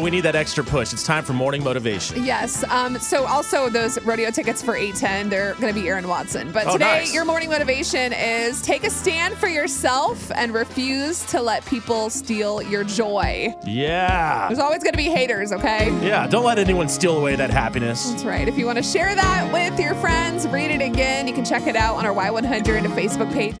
We need that extra push. It's time for morning motivation. Yes. Um, so also those rodeo tickets for 810, they're going to be Aaron Watson. But Oh, today, nice. your morning motivation is take a stand for yourself and refuse to let people steal your joy. Yeah. There's always going to be haters, okay? Yeah, don't let anyone steal away that happiness. That's right. If you want to share that with your friends, read it again. You can check it out on our Y100 Facebook page.